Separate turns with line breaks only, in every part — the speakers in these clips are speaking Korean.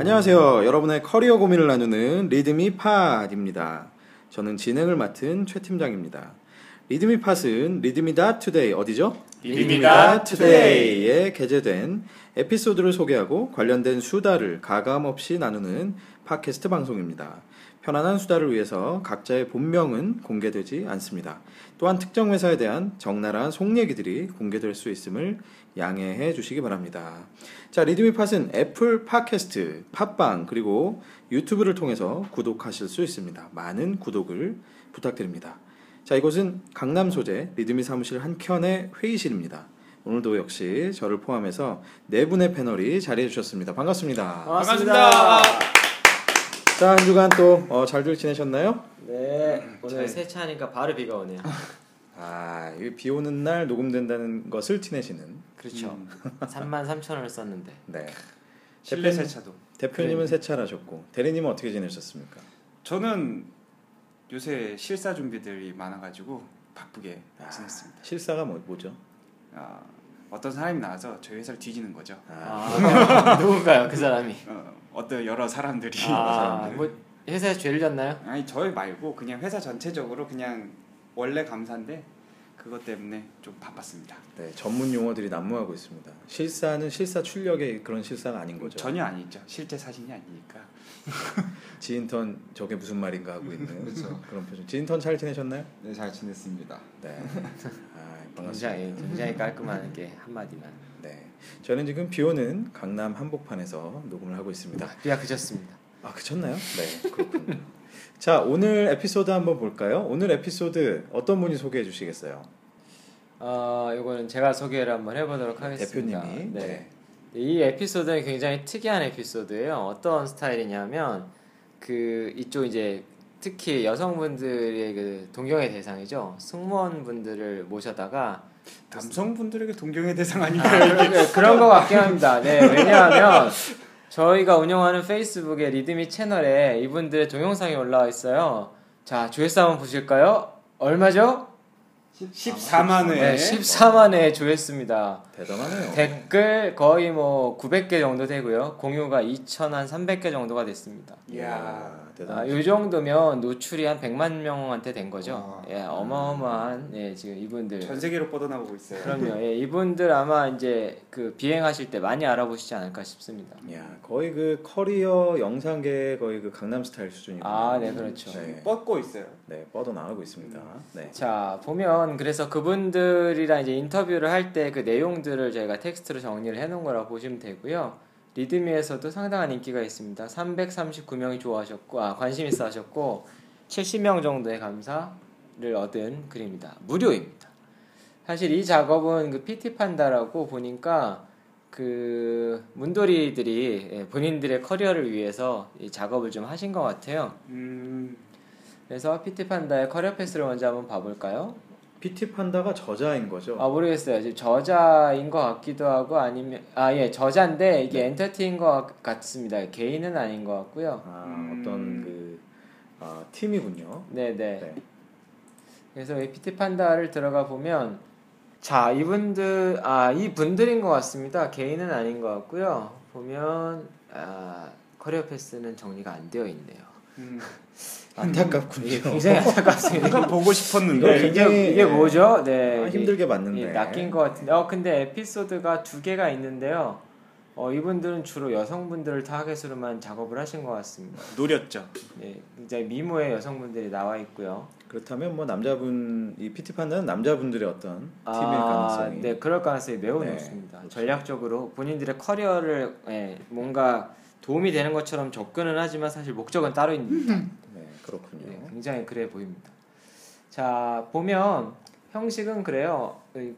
안녕하세요. 여러분의 커리어 고민을 나누는 리드미 팟입니다. 저는 진행을 맡은 최 팀장입니다. 리드미 팟은 리드미다 투데이 어디죠?
리드미다 투데이.
투데이에 게재된 에피소드를 소개하고 관련된 수다를 가감 없이 나누는 팟캐스트 방송입니다. 편안한 수다를 위해서 각자의 본명은 공개되지 않습니다. 또한 특정 회사에 대한 적나라한 속 얘기들이 공개될 수 있음을 양해해 주시기 바랍니다. 자, 리드미팟은 애플 팟캐스트, 팟빵 그리고 유튜브를 통해서 구독하실 수 있습니다. 많은 구독을 부탁드립니다. 자, 이곳은 강남 소재 리드미 사무실 한 켠의 회의실입니다. 오늘도 역시 저를 포함해서 네 분의 패널이 자리해 주셨습니다. 반갑습니다.
반갑습니다.
자, 한 주간 또 어, 잘들 지내셨나요?
네 오늘
잘-
세차하니까 바로 비가 오네요.
아, 이비 오는 날 녹음된다는 것을 티내시는
그렇죠.
음.
3만 3천 원을 썼는데
네.
실내 세차도.
대표님은 세차를 하셨고 대리님은 어떻게 지내셨습니까?
저는 요새 실사 준비들이 많아가지고 바쁘게 지냈습니다.
실사가 뭐, 뭐죠?
아, 어떤 사람이 나와서 저희 회사를 뒤지는 거죠.
아, 누군가요 그 사람이?
어, 어떤 여러 사람들이
아, 뭐 회사에 죄를 졌나요?
아니 저희 말고 그냥 회사 전체적으로 그냥 원래 감사인데 그것 때문에 좀 바빴습니다.
네, 전문 용어들이 난무하고 있습니다. 실사는 실사 출력의 그런 실사가 아닌 거죠.
전혀 아니죠. 실제 사진이 아니니까.
지인턴 저게 무슨 말인가 하고 있는 그런 표정. 지인턴 잘 지내셨나요?
네, 잘 지냈습니다.
네. 아, 반갑습니다.
굉장히 굉장히 깔끔하게 한 마디만.
네. 저는 지금 비오는 강남 한복판에서 녹음을 하고 있습니다.
비가 그쳤습니다.
아 그쳤나요? 네 그렇군요. 자 오늘 에피소드 한번 볼까요? 오늘 에피소드 어떤 분이 소개해 주시겠어요?
어, 이거는 제가 소개를 한번 해보도록 하겠습니다.
대표님이.
네. 이 에피소드는 굉장히 특이한 에피소드예요. 어떤 스타일이냐면 그 이쪽 이제 특히 여성분들의 그 동경의 대상이죠. 승무원분들을 모셔다가
남성분들에게 동경의 대상 아닌가?
아, 네, 그런 거 같긴 합니다. 네, 왜냐하면 저희가 운영하는 페이스북의 리드미 채널에 이분들의 동영상이 올라와 있어요. 자, 조회수 한번 보실까요? 얼마죠?
14만 회.
네, 14만의 조회수입니다.
대단하네요.
댓글 거의 뭐 900개 정도 되고요. 공유가 2,300개 정도가 됐습니다.
이야.
대단.
아,
하
요 정도면 노출이 한 100만 명한테 된 거죠.
아.
예, 어마어마한 예, 지금 이분들.
전 세계로 뻗어나오고 있어요.
그럼요. 예, 이분들 아마 이제 그 비행하실 때 많이 알아보시지 않을까 싶습니다.
야 거의 그 커리어 영상계 거의 그 강남 스타일 수준이고.
아, 네, 그렇죠.
네,
뻗고 있어요.
네 뻗어 나가고 있습니다. 네.
자, 보면 그래서 그분들이랑 이제 인터뷰를 할 때 그 내용들을 저희가 텍스트로 정리를 해 놓은 거라고 보시면 되고요. 리드미에서도 상당한 인기가 있습니다. 339명이 좋아하셨고 아, 관심 있어 하셨고 70명 정도의 감사를 얻은 글입니다. 무료입니다. 사실 이 작업은 그 PT 판다라고 보니까 그 문돌이들이 예, 본인들의 커리어를 위해서 이 작업을 좀 하신 것 같아요.
음,
그래서 PT 판다의 커리어 패스를 먼저 한번 봐볼까요? PT
판다가 저자인 거죠.
아 모르겠어요. 지금 저자인 것 같기도 하고 아니면 아 예 저자인데 이게 엔터티인 것 같- 같습니다. 개인은 아닌 것 같고요.
아,
음.
어떤 그 아, 팀이군요.
네네. 그래서 이 PT 판다를 들어가 보면 자 이분들 아 이분들인 것 같습니다. 개인은 아닌 것 같고요. 보면 아 커리어 패스는 정리가 안 되어 있네요.
음.
이게
안타깝군요.
굉장히 안타깝습니다.
뭔가 보고
이거
싶었는데.
굉장히 예.
이게 이게 뭐죠? 네
아,
이게-
힘들게 봤는데.
예, 낚인 것 같은데. 어, 근데 에피소드가 두 개가 있는데요. 어, 이분들은 주로 여성분들을 타겟으로만 작업을 하신 것 같습니다.
노렸죠.
예, 굉장히 미모의 여성분들이 나와 있고요.
그렇다면 뭐 남자분 이 PT 판다는 남자분들의 어떤 팀일 아, 가능성이.
네, 그럴 가능성이 매우
네,
높습니다.
그렇죠.
전략적으로 본인들의 커리어를 예, 뭔가 도움이 되는 것처럼 접근은 하지만 사실 목적은 따로 있는
네, 그렇군요.
네, 굉장히 그래 보입니다. 자 보면 형식은 그래요. 이-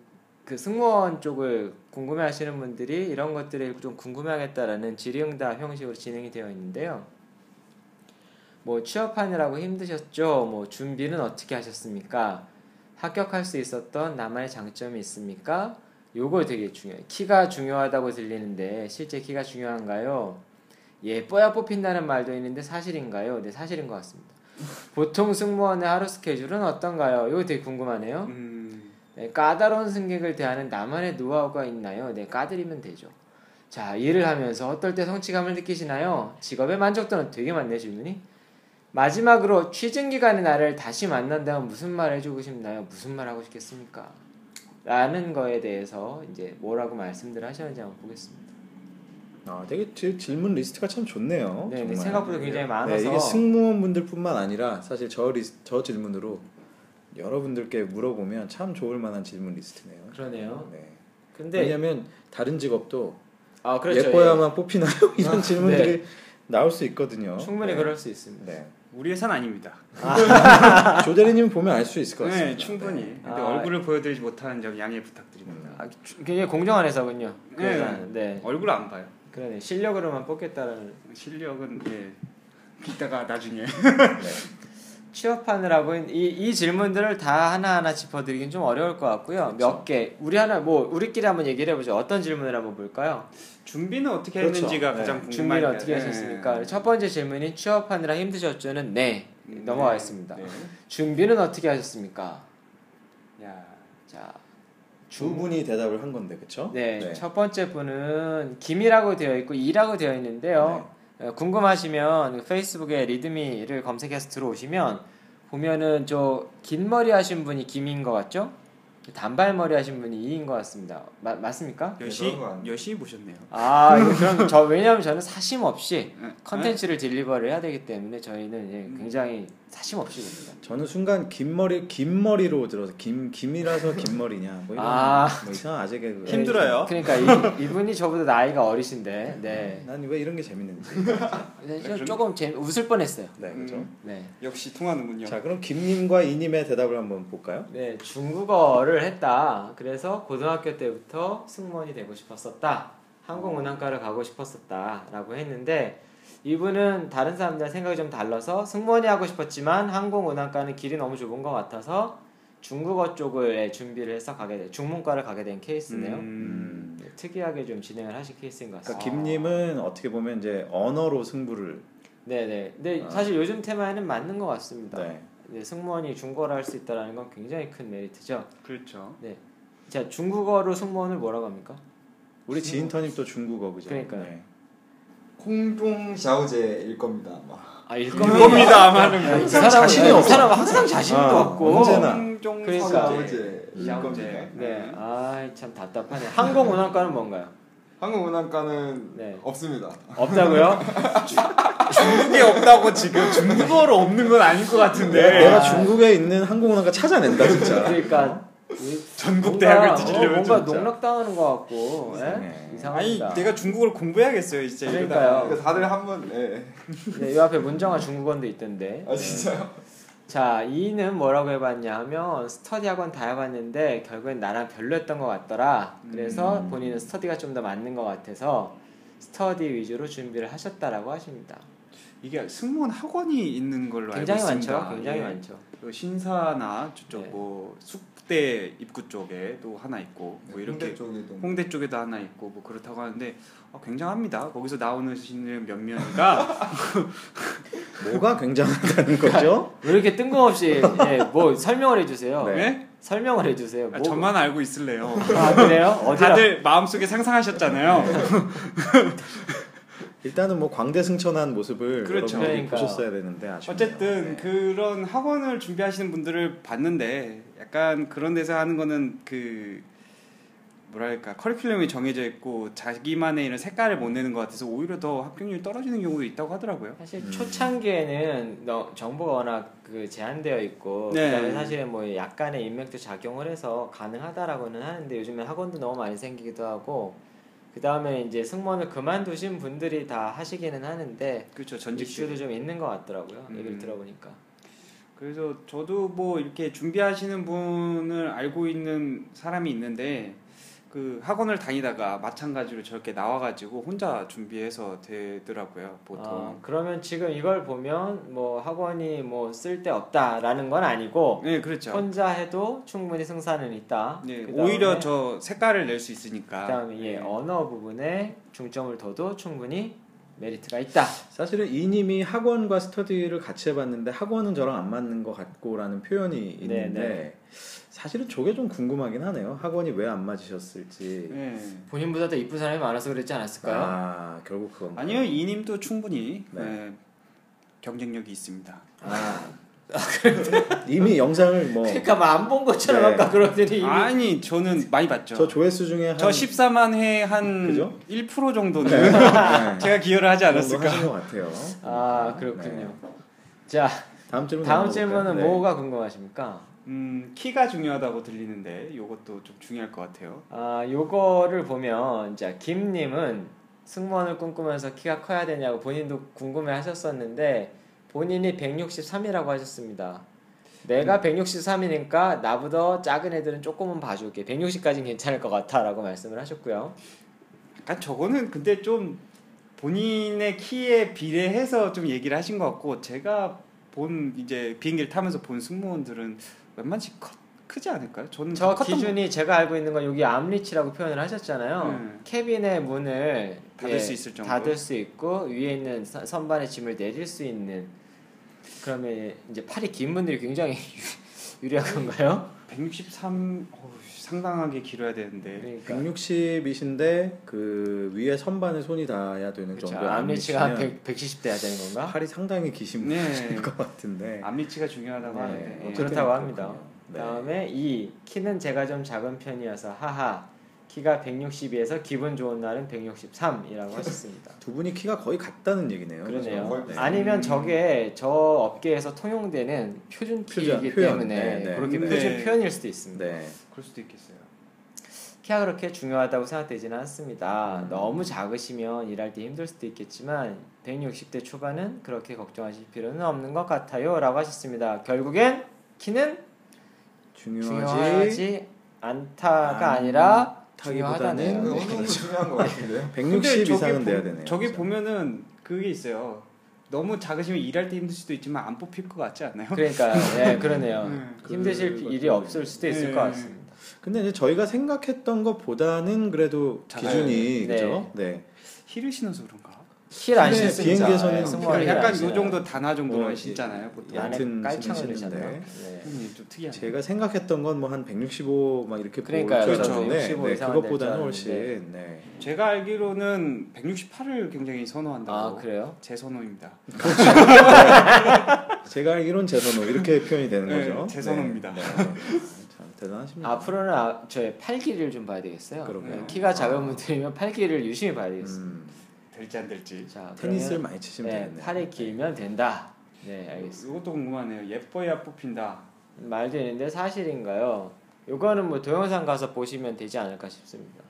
그 승무원 쪽을 궁금해하시는 분들이 이런 것들을 좀 궁금해하겠다라는 질의응답 형식으로 진행이 되어 있는데요. 뭐 취업하느라고 힘드셨죠? 뭐 준비는 어떻게 하셨습니까? 합격할 수 있었던 나만의 장점이 있습니까? 요거 되게 중요해요. 키가 중요하다고 들리는데 실제 키가 중요한가요? 예뻐야 뽑힌다는 말도 있는데 사실인가요? 네 사실인 것 같습니다. 보통 승무원의 하루 스케줄은 어떤가요? 이거 되게 궁금하네요.
음,
네, 까다로운 승객을 대하는 나만의 노하우가 있나요? 네, 까드리면 되죠. 자, 일을 하면서 어떨 때 성취감을 느끼시나요? 직업의 만족도는 되게 많네 질문이. 마지막으로 취준 기간의 나를 다시 만난다면 무슨 말 해주고 싶나요? 무슨 말 하고 싶겠습니까? 라는 거에 대해서 이제 뭐라고 말씀들 하셨는지 한번 보겠습니다.
아, 되게 지- 질문 리스트가 참 좋네요.
네,
어? 정말.
생각보다 굉장히 많아서.
네, 이게 승무원분들뿐만 아니라 사실 저 리스, 저 질문으로 여러분들께 물어보면 참 좋을 만한 질문 리스트네요.
그러네요.
네.
근데
왜냐하면 다른 직업도
아 그렇죠.
예뻐야만 뽑히나요? 이런
아,
질문들이 나올 수 있거든요.
예. 충분히
네.
그럴 수 있습니다.
네.
우리 회사는 아닙니다.
조대리님 보면 알 수 있을 것 같습니다.
네, 충분히.
네.
근데
아.
얼굴을 보여드리지 못하는 점 양해 부탁드립니다.
아, 주- 굉장히 공정한 회사군요. 그
네.
회사는. 네.
얼굴 안 봐요.
그러네. 실력으로만 뽑겠다라는.
실력은 예. 이따가 나중에.
취업하느라고 이, 이 질문들을 다 하나하나 짚어드리긴 좀 어려울 것 같고요. 몇 개. 우리 하나 뭐 우리끼리 한번 얘기를 해보죠. 어떤 질문을 한번 볼까요?
준비는 어떻게
그렇죠.
했는지가
네.
가장 궁금한데.
준비를 어떻게
예.
하셨습니까? 첫 번째 질문이 취업하느라 힘드셨죠는 네.
음,
넘어가겠습니다.
네.
준비는 어떻게 하셨습니까?
야,
자,
두 분이 대답을 한 건데 그렇죠?
네, 첫 번째 분은 김이라고 되어 있고 이라고 되어
네.
있는데요. 어, 궁금하시면 페이스북에 리드미를 검색해서 들어오시면 보면은 저 긴 머리 하신 분이 김인 것 같죠? 단발머리 하신 분이 이인 것 같습니다. 마- 맞습니까?
열심히
그런 거 아니에요?
열심히 보셨네요. 네.
아 이거 그럼 저 왜냐하면 저는 사심 없이
응.
컨텐츠를 딜리버를 해야 되기 때문에 저희는 예, 굉장히 사심 없이 봅니다.
저는 순간 긴 머리 긴 머리로 들어서 김 김이라서 긴 머리냐 뭐 이런
아.
뭐 이상한 아재 개그.
음. 힘들어요.
그러니까 이, 이분이 저보다 나이가 어리신데 네.
난왜 이런 게 재밌는지.
네, 저 조금 재, 웃을 뻔했어요.
네,
음.
그렇죠.
네.
역시 통하는군요.
자, 그럼 김님과 이님의 대답을 한번 볼까요?
네, 중국어를 했다. 그래서 고등학교 때부터 승무원이 되고 싶었었다. 항공운항과를 가고 싶었었다라고 했는데 이분은 다른 사람들 생각이 좀 달라서 승무원이 하고 싶었지만 항공운항과는 길이 너무 좁은 것 같아서 중국어 쪽을 준비를 해서 가게 돼 중문과를 가게 된 케이스네요.
음.
네, 특이하게 좀 진행을 하신 케이스인 것
그러니까
같습니다.
김님은 어떻게 보면 이제 언어로 승부를.
네네. 근데
아.
사실 요즘 테마에는 맞는 것 같습니다.
네.
네, 승무원이 중국어를 할 수 있다는 건 굉장히 큰 메리트죠.
그렇죠.
자 중국어로 승무원을 뭐라고 합니까?
우리 지인터님 또 중국어 그죠?
그러니까요.
네.
콩종 샤오제일 겁니다. 아마.
아
겁니다. 아마는
이
항상
네. 사람
자신이
이
없어.
사람 항상 자신도
아,
없고.
언제나.
홍종
그러니까.
샤오제일
샤오제.
겁니다.
네, 아참 답답하네. 항공운항과는 뭔가요?
한국 문학과는
네.
없습니다. 아,
없다고요?
중국에 없다고 지금 중국어로 없는 건 아닌 것 같은데.
네. 내가, 내가
아.
중국에 있는 항공운항과 찾아낸다 진짜.
그러니까 우리
전국
뭔가,
대학을
어,
뒤지려면
뭔가
진짜.
농락당하는 것 같고
이상해.
예?
아니
이상합니다.
내가 중국어를 공부해야겠어요 진짜
그러니까요.
그러니까 다들 한번 예.
네, 요 앞에 문정아 중국어도 있던데.
아 진짜요?
자, 이는 뭐라고 해봤냐 하면 스터디 학원 다 해봤는데 결국엔 나랑 별로였던 것 같더라. 그래서
음.
본인은 스터디가 좀 더 맞는 것 같아서 스터디 위주로 준비를 하셨다라고 하십니다.
이게 승무원 학원이 있는 걸로 알고
굉장히
있습니다.
많죠. 굉장히
예.
많죠.
그 신사나 저쪽
네.
뭐 숙대 입구 쪽에 또 하나 있고 뭐 이렇게
홍대 쪽에도
홍대 쪽에도 하나 있고 뭐 그렇다고 하는데 아, 굉장합니다. 거기서 나오는 신은 몇 명이가
뭐가 굉장하다는 거죠?
왜 이렇게 뜬금없이 예, 뭐 설명을 해주세요.
네.
네?
설명을 해주세요. 뭐,
아, 저만 알고 있을래요.
아, 그래요? 어디라?
다들 마음속에 상상하셨잖아요.
일단은 뭐 광대승천한 모습을
그렇죠.
여러분들이
그러니까요.
보셨어야 되는데 아쉽네요.
어쨌든
네.
그런 학원을 준비하시는 분들을 봤는데 약간 그런 데서 하는 거는 그 뭐랄까 커리큘럼이 정해져 있고 자기만의 이런 색깔을 못 내는 것 같아서 오히려 더 합격률이 떨어지는 경우도 있다고 하더라고요.
사실
음.
초창기에는 너- 정보가 워낙 그 제한되어 있고
네.
그다음에 사실은 뭐 약간의 인맥도 작용을 해서 가능하다라고는 하는데 요즘에 학원도 너무 많이 생기기도 하고 그다음에 이제 승무원을 그만두신 분들이 다 하시기는 하는데
그렇죠 전직주.
전직주도 좀 있는 것 같더라고요
음.
얘기를 들어보니까
그래서 저도 뭐 이렇게 준비하시는 분을 알고 있는 사람이 있는데 그 학원을 다니다가 마찬가지로 저렇게 나와가지고 혼자 준비해서 되더라고요 보통.
아, 그러면 지금 이걸 보면 뭐 학원이 뭐 쓸데 없다라는 건 아니고
네 그렇죠.
혼자 해도 충분히 승산은 있다
네,
그다음에 그 예, 어,
오히려 아, 저 색깔을 낼 수 있으니까. 네.
그다음에 예, 언어 부분에 중점을 둬도 충분히 메리트가 있다.
사실은 이님이 학원과 스터디를 같이 해봤는데 학원은 저랑 안 맞는 것 같고라는 표현이 있는데
네,
사실은 저게 좀 궁금하긴 하네요. 학원이 왜 안 맞으셨을지.
네.
본인보다 더 이쁜 사람이 많아서 그랬지 않았을까요?
아 결국 그건
아니요 이님도 충분히
네.
네, 경쟁력이 있습니다.
아 이미 영상을 뭐 저
그러니까 막 안 본 것처럼
네.
아까 그러더니 이미
아니 저는 많이 봤죠. 저,
조회수 중에 한
14만 회 한
그죠? 네.
1% 정도는 제가 기여를 하지 않았을까.
하신 것 같아요.
아 그렇군요. 자
다음 질문
다음
넘어볼까요?
질문은
네.
뭐가 궁금하십니까?
음 키가 중요하다고 들리는데 이것도 좀 중요할 것 같아요.
아 요거를 보면 자 김님은 승무원을 꿈꾸면서 키가 커야 되냐고 본인도 궁금해하셨었는데 본인이 163이라고 하셨습니다. 내가 163이니까 나보다 작은 애들은 조금은 봐줄게. 160까지는 괜찮을 것 같아라고 말씀을 하셨고요.
약간 저거는 근데 좀 본인의 키에 비례해서 좀 얘기를 하신 것 같고 제가 본 이제 비행기를 타면서 본 승무원들은 웬만치 커, 크지 않을까요? 저는
저
음, 컸던
기준이 제가 알고 있는 건 여기 암리치라고 표현을 하셨잖아요.
음.
캐빈의 문을 예,
닫을 수 있을 정도.
닫을 수 있고 위에 있는 선- 선반에 짐을 내릴 수 있는 그러면 이제 팔이 긴 분들이 굉장히 유리한 건가요?
163 어우, 상당하게 길어야 되는데
그러니까
음, 160이신데 그 위에 선반에 손이 닿아야 되는
그쵸.
정도
암리치가 한 100, 170대 하자는 건가?
팔이 상당히 기신
네.
분이실 것 같은데
앞미치가 중요하다고
네,
하는데
어,
예.
그렇- 그렇다고 합니다.
네.
다음에 2. 키는 제가 좀 작은 편이어서 하하. 키가 162에서 기분 좋은 날은 163이라고 하셨습니다.
두 분이 키가 거의 같다는 얘기네요.
그러네요.
그죠? 네.
아니면 저게 저 업계에서 통용되는 표준
표준,
키이기
표현.
때문에
네, 네.
그렇게
네.
표준 표현일 수도 있습니다.
네.
그럴 수도 있겠어요.
키가 그렇게 중요하다고 생각되지는 않습니다.
음.
너무 작으시면 일할 때 힘들 수도 있겠지만 160대 초반은 그렇게 걱정하실 필요는 없는 것 같아요라고 하셨습니다. 결국엔 키는
중요하지.
중요하지 않다가
안-
아니라
타기보다는
네,
중요하다는
네,
어느 정도 중요한 것 같은데요.
160
근데 저게
이상은
보-
돼야 되네요.
저기
그죠?
보면은 그게 있어요. 너무 작으시면 일할 때 힘들 수도 있지만 안 뽑힐 것 같지 않나요?
그러니까 네, 그러네요.
네.
힘드실
그것도 예.
일이 없을 수도 있을
네.
것 같습니다.
근데 이제 저희가 생각했던 것보다는 그래도
자,
기준이
네.
그죠? 네.
힐을 신어서 그런가? 그러니까
힐 안
근데
신습니다.
비행기에서는
예, 네, 승무원은
승무원이
힐안
약간
신어요.
요 정도 단화 정도만
어,
신잖아요 보통.
야.
예, 안에
얕은
깔창을
숨을
넣으셨나?
쉬는데.
네.
형님 좀 특이하네.
제가 생각했던 건 뭐 한 165 막 이렇게
그러니까요.
볼
저도
줄알았는데
165
네,
이상은
그것보다는
될줄
훨씬 네.
제가 알기로는 168을 굉장히 선호한다고.
아 그래요?
제 선호입니다.
제가 알기론 제선호 이렇게 표현이 되는
네,
거죠.
제선호입니다.
네. 네. 참 대단하십니다.
앞으로는 아, 저의 팔길이를 좀 봐야 되겠어요.
그러게요. 아,
네, 키가 작은 분들이면 팔길이를 유심히 봐야 되겠어요.
음,
될지 안 될지.
자,
테니스를
아, 그러면,
많이 치시면
네,
되겠네요.
팔이 길면 된다. 네, 알겠습니다.
이것도 궁금하네요. 예뻐야 뽑힌다.
말도 있는데 사실인가요? 요거는 뭐 동영상 가서 보시면 되지 않을까 싶습니다.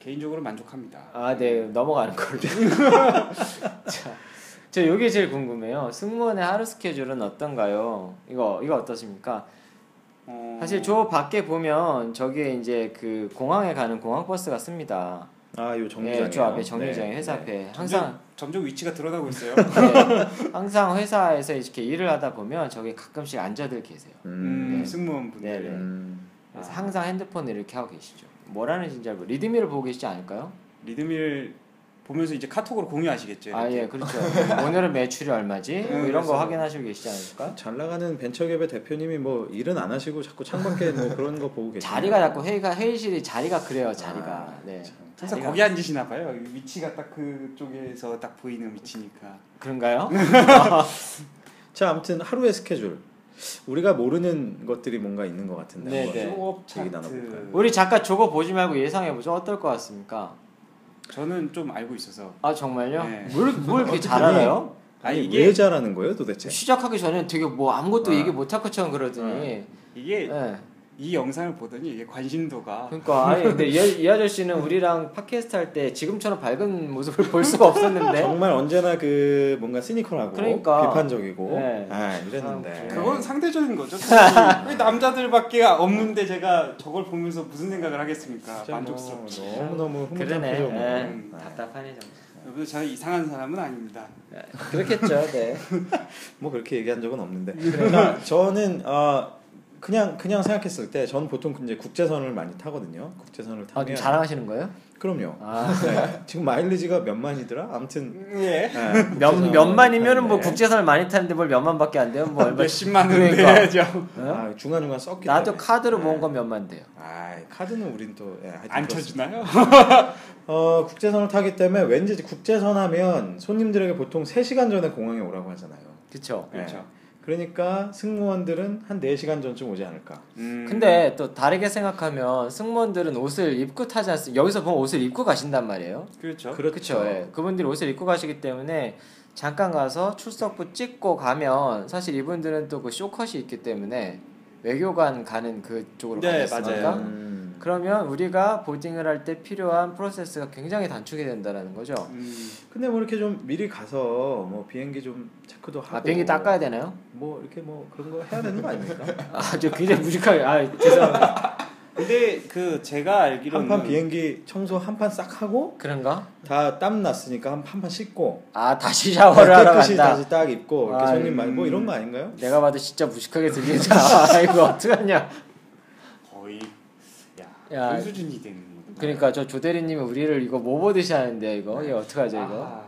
개인적으로 만족합니다.
아, 네 넘어가는 걸로. 자, 저 이게 제일 궁금해요. 승무원의 하루 스케줄은 어떤가요? 이거 이거 어떠십니까?
어,
사실 저 밖에 보면 저기 이제 그 공항에 가는 공항 버스가 씁니다.
아, 요 네. 정류장.
네, 저 앞에 정류장에 회사 앞에 항상
점점, 점점 위치가 드러나고 있어요.
네, 항상 회사에서 이렇게 일을 하다 보면 저기 가끔씩 앉아들 계세요.
음,
음.
승무원분들.
네, 네.
음.
그래서 항상 핸드폰을 이렇게 하고 계시죠. 뭐라는지 잘 모르. 리드미를 보고 계시지 않을까요?
리듬일 보면서 이제 카톡으로 공유하시겠죠.
아 예, 그렇죠. 오늘은 매출이
네,
얼마지? 뭐
음,
이런 거
그래서.
확인하시고 계시지 않을까?
잘 나가는 벤처기업의 대표님이 뭐 일은 안 하시고 자꾸 창밖에 뭐 그런 거 보고 계시요
자리가 자꾸 회의가 회의실이 자리가 그래요, 자리가.
아,
네.
항상
자리가-
거기 앉으시나 봐요. 위치가 딱 그쪽에서 딱 보이는 위치니까.
그런가요?
네. 자, 아무튼 하루의 스케줄. 우리가 모르는 것들이 뭔가 있는 것 같은데.
네,
한번
네.
쇼업
얘기
차트.
나눠볼까요?
우리 잠깐 저거 보지 말고 예상해 보죠. 어떨 것 같습니까?
저는 좀 알고 있어서.
아 정말요?
네.
뭘, 뭘 이렇게 잘
어떡하니?
알아요?
아니,
아니
왜
이게
잘하는 거예요, 도대체?
시작하기 전에 되게 뭐 아무것도
아.
얘기 못할 것처럼 그러더니
이게
예.
이 영상을 보더니 이게 관심도가
그러니까 아니 근데 이, 이 아저씨는 우리랑 팟캐스트 할 때 지금처럼 밝은 모습을 볼 수가 없었는데
정말 언제나 그 뭔가 시니컬하고
네? 그러니까.
비판적이고
네.
아, 이랬는데.
아,
그건 상대적인 거죠. 왜 남자들밖에 없는데 제가 저걸 보면서 무슨 생각을 하겠습니까?
진짜
만족스럽죠.
뭐 너무너무 흐뭇한
그러네
표정으로.
예.
음,
아,
답답하네 정말
여러분 저는 이상한 사람은 아닙니다.
그렇겠죠 네
뭐 그렇게 얘기한 적은 없는데. 자, 저는 아 그냥 그냥 생각했을 때 저는 보통 이제 국제선을 많이 타거든요. 국제선을
아,
타면
좀 자랑하시는 거예요?
그럼요.
아,
네. 지금 마일리지가 몇 만이더라? 아무튼
예.
네,
몇,
국제선을
몇만이면은 뭐
타는데.
국제선을 많이 타는데 뭘 몇만밖에 안 돼요? 뭐 얼마?
몇십만 원을
그러니까.
내야죠.
어?
아, 중간 중간 썼기
나도
때문에.
카드로 모은 건 몇만 돼요.
아 카드는 우린 또 예, 하여튼
안
그렇습니다.
쳐주나요?
어, 국제선을 타기 때문에 왠지 이제 국제선 하면 손님들에게 보통 3시간 전에 공항에 오라고 하잖아요.
그쵸?
그렇죠.
그러니까 승무원들은 한 4시간 전쯤 오지 않을까.
음,
근데 또 다르게 생각하면 승무원들은 옷을 입고 타지 않습니까? 여기서 보면 옷을 입고 가신단 말이에요.
그렇죠.
그렇죠. 예. 그분들이 옷을 입고 가시기 때문에 잠깐 가서 출석부 찍고 가면 사실 이분들은 또 그 쇼컷이 있기 때문에 외교관 가는 그쪽으로
네,
가셨으니까
맞아요.
음.
그러면 우리가 보딩을 할 때 필요한 프로세스가 굉장히 단축이 된다라는 거죠.
음,
근데 뭐 이렇게 좀 미리 가서 뭐 비행기 좀 체크도 하고
아, 비행기 닦아야 되나요?
뭐 이렇게 뭐 그런 거 해야 되는 거 아닙니까?
아, 저 굉장히 무식하게. 아, 죄송합니다.
근데 그 제가 알기로는
한판 비행기 청소 한 판 싹 하고
그런가?
다 땀 났으니까 한 판 씻고
아, 다시 샤워를 하러
깨끗이
간다.
다시 딱 입고 이렇게
아,
손님 많이
음.
뭐 이런 거 아닌가요?
내가 봐도 진짜 무식하게 들린다. 아, 이거 어떡하냐.
거의 야,
야.
그 수준이 되는 거구나.
그러니까 저 조대리님이 우리를 이거 뭐 보듯이 하는데 이거 이거 어떡하죠 이거.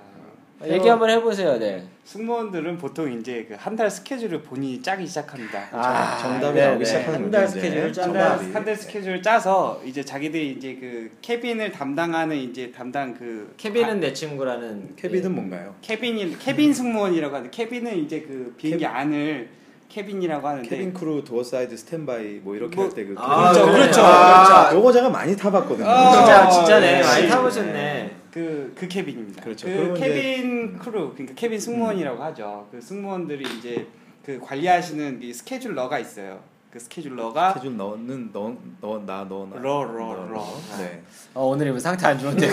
아,
얘기 한번 해보세요, 네.
승무원들은 보통 이제 그 한 달 스케줄을 본인이 짜기 시작합니다.
아,
정답이
네,
나오기
네.
시작하는
한달
거죠, 이제.
스케줄 짠다.
정답이.
한달 스케줄을 짜서 이제 자기들이 이제 그 캐빈을 담당하는 이제 담당 그
케빈은 내 친구라는 예.
캐비는 뭔가요?
캐빈이 캐빈 승무원이라고 하는데 캐빈은 이제 그 비행기 안을 캐빈이라고 하는데
캐빈 크루 도어 사이드 스탠바이 뭐 이렇게
뭐-
할 때 그
네. 아,
그거.
그렇죠, 그렇죠,
아, 요거 제가 많이 타봤거든요. 그렇죠?
아,
진짜 진짜네
역시.
많이 타보셨네.
그, 그 캐빈입니다.
그렇죠.
그
그러면 이제- 음.
캐빈 크루, 그러니까 캐빈 승무원이라고 하죠. 그 승무원들이 이제 그 관리하시는 이 스케줄러가 있어요. 그 스케줄러가
아. 스케줄 넣는 넣너나 넣나
러, 러, 러.
네.
어, 오늘 이분 상태 안 좋은데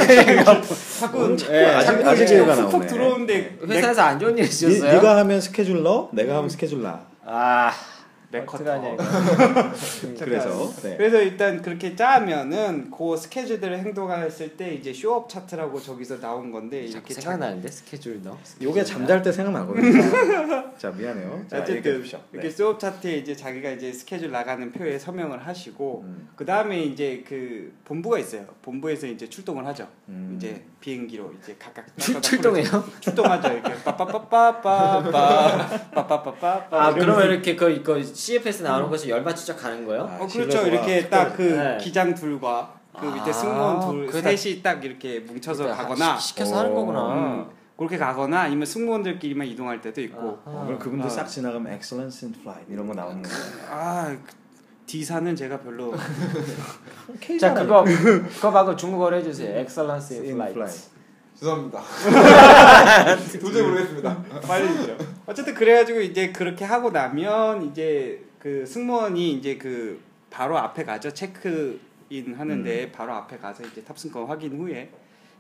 자꾸
예, 아직 아직 얘기가 나오네. 예.
푹푹 들어오는데 맥,
회사에서 안 좋은 일
니,
있으셨어요? 음.
네가 하면 스케줄 넣, 내가 하면 스케줄 나. 음,
아 어떡하냐
맥커터.
이거.
그래서 네.
그래서 일단 그렇게 짜면은 그 스케줄들을 행동했을 때 이제 쇼업 차트라고 저기서 나온 건데
자꾸
이렇게
생각나는데 스케줄 너.
요게 잠잘 때 생각나거든요. 자 미안해요. 자 네. 얘기해
어쨌든
주십시오.
네.
이렇게 쇼업 차트에 이제 자기가 이제 스케줄 나가는 표에 서명을 하시고
음.
그 다음에 이제 그 본부가 있어요. 본부에서 이제 출동을 하죠.
음.
이제 비행기로 이제 각각
출 출동해요?
출동하죠. 이렇게 빠빠빠빠빠빠 빠빠빠빠.
아 그러면 이렇게 그 이거 CFS 나오는 것이 열받 추적 가는 거예요?
어
아,
그렇죠.
실내소와
이렇게 딱 그
네.
기장 둘과 그 밑에
아,
승무원 둘
그러다-
셋이 딱 이렇게 뭉쳐서
그러니까
가거나
시, 시켜서 하는 거구나. 아,
음, 그렇게 가거나 아니면 승무원들끼리만 이동할 때도 있고
아하.
어, 그럼 그분들
아.
싹 지나가면 excellence in flight 이런 거 나오는 거예요.
아 D사는 제가 별로
자 그거 그거 방금 중국어로 해주세요. Excellence in
in flight.
flight.
죄송합니다. 도저히 모르겠습니다.
빨리죠. 어쨌든 그래가지고 이제 그렇게 하고 나면 이제 그 승무원이 이제 그 바로 앞에 가죠. 체크인 하는데
음.
바로 앞에 가서 이제 탑승권 확인 후에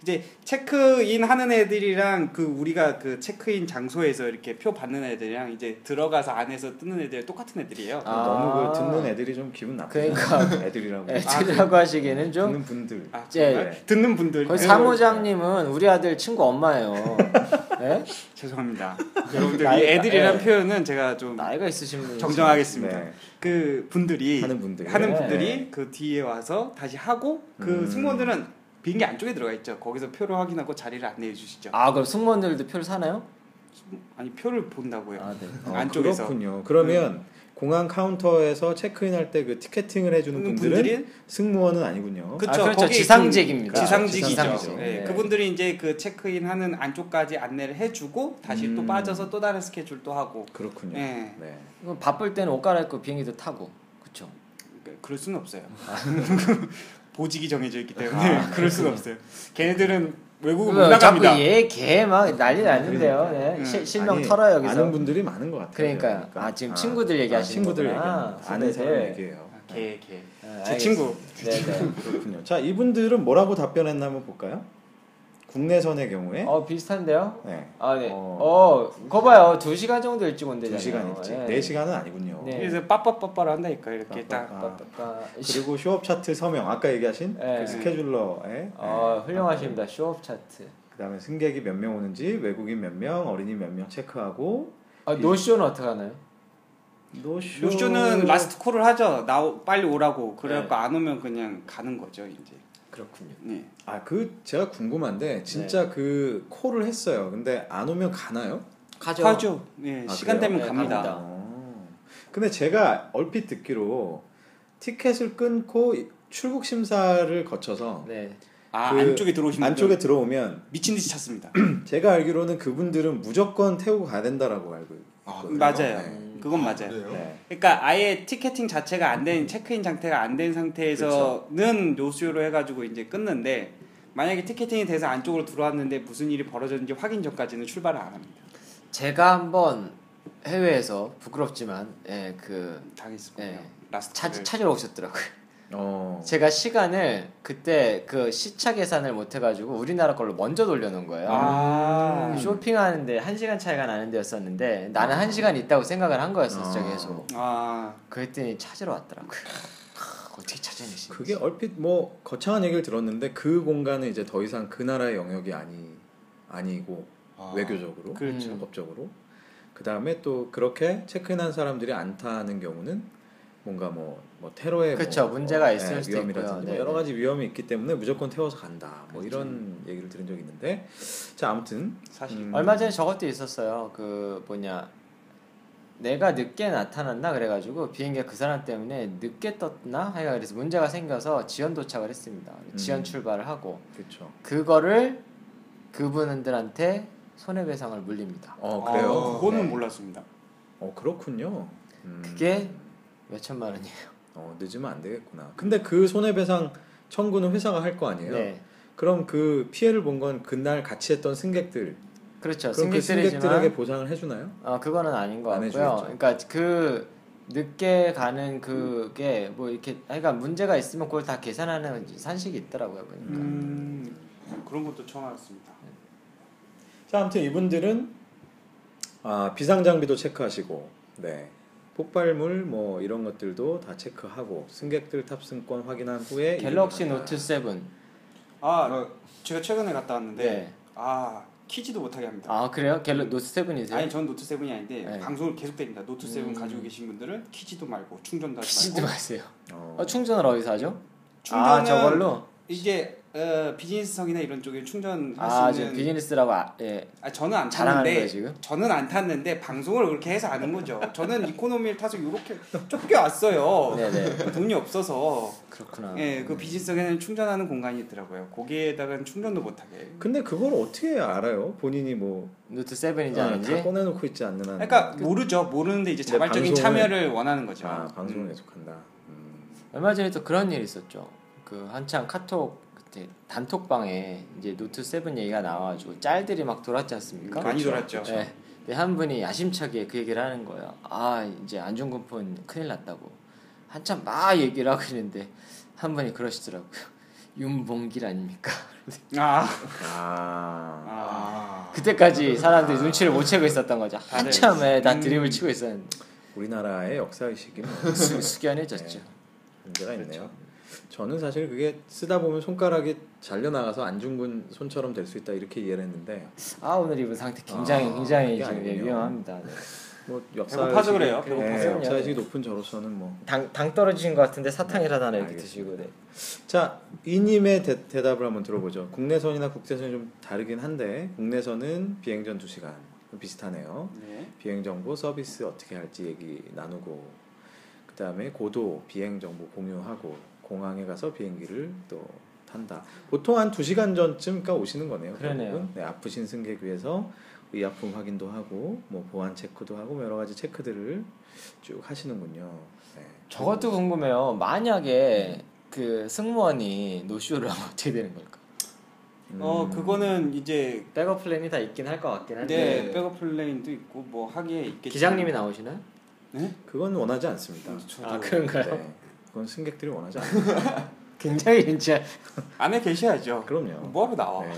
이제 체크인 하는 애들이랑 그 우리가 그 체크인 장소에서 이렇게 표 받는 애들이랑 이제 들어가서 안에서 뜨는 애들 똑같은 애들이에요.
아.
너무 그 듣는 애들이 좀 기분 나쁘네요.
그러니까.
애들이라고
애들이라고 하시기에는 좀
듣는 분들.
아,
예.
정말? 듣는 분들
거의
그-
사무장님은 우리 아들 친구 엄마예요. 예?
죄송합니다. 여러분들 이
나이가-
애들이란
예.
표현은 제가 좀
나이가 있으신 분.
정정하겠습니다.
네.
그 분들이
하는 분들.
하는
네.
분들이 그 뒤에 와서 다시 하고 그
음.
승무원들은 비행기 안쪽에 들어가 있죠. 거기서 표를 확인하고 자리를 안내해 주시죠.
아 그럼 승무원들도 표를 사나요?
아니 표를 본다고요.
아 네.
어,
안쪽에서
그렇군요. 그러면 공항 카운터에서 체크인할 때 그 티켓팅을 해주는 분들은 어? 승무원은 아니군요.
그쵸,
아, 그렇죠.
거기에
지상직입니다.
그 지상직이죠.
지상직이죠.
예,
네.
그분들이 이제 그 체크인하는 안쪽까지 안내를 해주고 다시 또
음.
빠져서 또 다른 스케줄 또 하고.
그렇군요.
예.
네.
그럼 바쁠 때는 옷 갈아입고 비행기도 타고. 그렇죠.
그러니까 그럴 수는 없어요. 보직이 정해져 있기 때문에
아,
그럴 수는 없어요. 걔네들은 외국은 못
자꾸
나갑니다.
얘개막 난리 났는데요. 네.
음.
실- 실명
아니,
털어요 여기서.
아는 분들이 많은 것 같아요.
그러니까요. 아, 지금 친구들 얘기하시는
친구들
거구나.
얘기하는 거. 아는 사람
선배들.
얘기예요.
아, 걔 걔.
네,
제 친구.
네네.
그렇군요. 자 이분들은 뭐라고 답변했나 한번 볼까요? 국내선의 경우에
어 비슷한데요?
네.
아 네.
어.
어, 거 봐요. 두 시간 정도 일찍 온대잖아요.
2시간 일찍.
네.
4시간은 아니군요.
네.
그래서 빠빠빠빠를 한다니까 이렇게
빠빠빠.
딱.
빡빡빡.
그리고 쇼업 차트 서명 아까 얘기하신
네.
예.
그 스케줄러에
어 훌륭하십니다. 쇼업 차트.
그다음에 승객이 몇 명 오는지 외국인 몇 명, 어린이 몇 명 체크하고
아 노쇼는 어떻게 하나요?
노쇼.
요쇼는 라스트 콜을 하죠. 나 빨리 오라고.
네.
그래갖고 안 오면 그냥 가는 거죠 이제.
그렇군요.
네.
아 그 제가 궁금한데 진짜 그 콜을 했어요. 근데 안 오면 가나요?
가죠.
가죠. 예,
아,
시간
그래요?
되면
네,
갑니다.
갑니다.
어. 근데 제가 얼핏 듣기로 티켓을 끊고 출국 심사를 거쳐서
네.
아
그
안쪽에 들어오신
안쪽에
안쪽에
들어오면
미친 듯이 찾습니다.
제가 알기로는 그분들은 무조건 태우고 가야 된다라고 알고
아,
있거든요.
맞아요.
네.
그건 맞아요.
그래요?
네.
그러니까 아예 티켓팅 자체가 안 된 체크인 상태가 안 된 상태에서는
그렇죠.
노수요로 해가지고 이제 끊는데 만약에 티켓팅이 돼서 안쪽으로 들어왔는데 무슨 일이 벌어졌는지 확인 전까지는 출발을 안 합니다.
제가 한번 해외에서 부끄럽지만 예, 그
당했을 거예요.
네.
라스트
찾,
콜을.
찾으러 오셨더라고요.
어.
제가 시간을 그때 그 시차 계산을 못 해가지고 우리나라 걸로 먼저 돌려놓은 거예요.
아.
음,
쇼핑하는데 1시간 차이가 나는 데였었는데 나는 1시간 있다고 생각을 한 거였어
아.
요 계속
아.
그랬더니 찾으러 왔더라고요 크, 어떻게 찾아내지
그게 얼핏 뭐 거창한 얘기를 들었는데 그 공간은 이제 더 이상 그 나라의 영역이 아니 아니고
아.
외교적으로
그렇죠.
음. 법적으로 그 다음에 또 그렇게 체크인한 사람들이 안 타는 경우는 뭔가 뭐, 뭐 테러의
그쵸,
뭐,
그렇죠. 문제가
뭐,
있을
예,
수도
위험이라든지
있고요.
뭐
네, 그렇죠.
여러
네.
가지 위험이 있기 때문에 무조건 태워서 간다 뭐 이런 얘기를 들은 적이 있는데 자 아무튼
사실
음.
얼마 전에 저것도 있었어요 그 뭐냐 내가 늦게 나타났나 그래가지고 비행기가 그 사람 때문에 늦게 떴나 하여간 그래서 문제가 생겨서 지연 도착을 했습니다 지연
음.
출발을 하고
그렇죠
그거를 그분들한테 손해배상을 물립니다
어 그래요
어.
아, 그거는
네.
몰랐습니다.
어 그렇군요 음.
그게 몇 천만 원이에요
어 늦으면 안 되겠구나 근데 그 손해배상 청구는 회사가 할 거 아니에요
네.
그럼 그 피해를 본 건 그날 같이 했던 승객들
그렇죠
그럼 그
승객들이지만
승객들에게 보상을 해주나요?
아 그거는 아닌 것
안
같고요.
해주겠죠.
그러니까 그 늦게 가는 그게 뭐 이렇게 그러니까 문제가 있으면 그걸 다 계산하는 산식이 있더라고요 보니까.
음. 그런 것도 처음 알았습니다.
네. 자, 아무튼 이분들은 아, 비상 장비도 체크하시고, 네. 폭발물 뭐 이런 것들도 다 체크하고 승객들 탑승권 확인한 후에
갤럭시
네, 이동을
노트 7.
아
어.
제가 최근에 갔다 왔는데
네.
아 키지도 못하게 합니다.
아 그래요? 갤럭 노트 7이세요?
아니 전 노트 7이 아닌데
네.
방송을 계속 됩니다. 노트 7
음.
가지고 계신 분들은 키지도 말고 충전도 하지
키지도
말고
마세요.
한다. 어,
어, 충전을 어디서 하죠?
충전은
아 저걸로.
이게 어, 비즈니스석이나 이런 쪽에 충전할
아
수
지금
있는
비즈니스라고 아, 예.
아, 저는 안
자랑하는
탔는데
거예요 지금?
저는 안 탔는데 방송을 그렇게 해서 아는 거죠. 저는 이코노미를 타서 이렇게 쫓겨 왔어요.
네네. 아.
돈이 없어서
그렇구나.
예, 그 비즈니스석에는 충전하는 공간이 있더라고요. 거기에다가는 충전도 못
음.
하게.
근데 그걸 어떻게 알아요? 본인이 뭐
노트 7인지
아,
아닌지.
다 꺼내놓고 있지 않는 한.
그러니까 모르죠. 모르는데 이제
근데
자발적인
방송을-
참여를 원하는 거죠.
아, 방송을
음.
계속한다. 음.
얼마 전에 또 그런 일이 있었죠. 그 한창 카톡 그때 단톡방에 이제 노트 7 얘기가 나와가지고 짤들이 막 돌았지 않습니까?
많이
그렇죠.
돌았죠.
네. 근데 한 분이 야심차게 그 얘기를 하는 거예요. 아 이제 안중근폰 큰일 났다고 한참 막 얘기를 하고 있는데 한 분이 그러시더라고요. 윤봉길 아닙니까? 네.
아,
아,
아.
그때까지 사람들이 눈치를 못 채고 있었던 거죠.
다들
한참에 다
음.
드립을 치고 있었는데
우리나라의 역사 의식이 뭐
수-
네.
숙연해졌죠.
문제가
그렇죠.
있네요. 저는 사실 그게 쓰다 보면 손가락이 잘려 나가서 안중근 손처럼 될 수 있다 이렇게 이해를 했는데
아 오늘 입은 상태 굉장히
아,
굉장히
그게
지금 예,
아니군요.
위험합니다. 네.
뭐 역사
배고파서
의식이-
그래요.
네,
배고파서.
배고파서요?
역사 의식이 높은 저로서는 뭐
당, 당 떨어지신 것 같은데 사탕이라도 하나 이렇게
알겠습니다.
드시고 네.
자, 이님의 대, 대답을 한번 들어보죠. 국내선이나 국제선이 좀 다르긴 한데 국내선은 비행전 2시간 비슷하네요.
네.
비행 정보 서비스 어떻게 할지 얘기 나누고 그다음에 고도 비행 정보 공유하고 공항에 가서 비행기를 또 탄다. 보통 한 2시간 전쯤까 오시는 거네요.
그러네요.
결국은. 네, 아프신 승객 위해서 의약품 확인도 하고 뭐 보안 체크도 하고 여러 가지 체크들을 쭉 하시는군요. 네.
저것도 궁금해요. 만약에 그 승무원이 노쇼를 하면 어떻게 되는 걸까?
어,
음.
그거는 이제
백업 플랜이 다 있긴 할 것 같긴 한데
네, 백업 플레인도 있고 뭐 하기에 있겠지.
기장님이 나오시나요?
네?
그건 원하지 않습니다.
저도
아 그런가요?
네. 그건 승객들이 원하지 않아요.
굉장히 진짜
안에 계셔야죠.
그럼요.
뭐하러 나와?
네.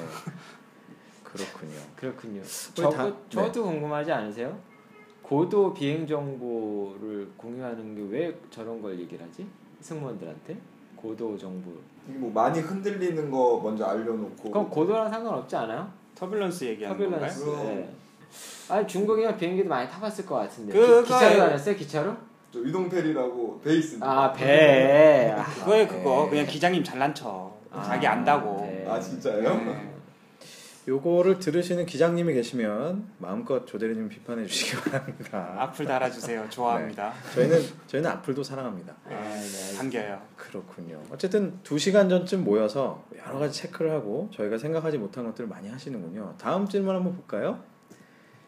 그렇군요.
그렇군요.
우리
저도
다-
저도 궁금하지 않으세요? 고도 비행 정보를 공유하는 게 왜 저런 걸 얘기를 하지? 승무원들한테 고도 정보.
뭐 많이 흔들리는 거 먼저 알려놓고
그럼 고도랑 상관없지 않아요?
터뷸런스 얘기하는
터뷸런스.
건가요?
건가요?
네. 아니 중국이랑 비행기도 많이 타봤을 것 같은데.
그거-
기, 기차로 다녔어요? 기차로?
저 위동페리라고 배 있습니다.
아 배. 아,
그거에 그거
배.
그냥 기장님 잘난 척
아,
자기 안다고
네.
아 진짜예요?
네.
요거를 들으시는 기장님이 계시면 마음껏 조대리님 비판해 주시기 바랍니다.
악플 달아주세요 좋아합니다
저희는 저희는 악플도 사랑합니다.
아, 네.
당겨요
그렇군요. 어쨌든 두 시간 전쯤 모여서 여러 가지 체크를 하고 저희가 생각하지 못한 것들을 많이 하시는군요. 다음 질문 한번 볼까요?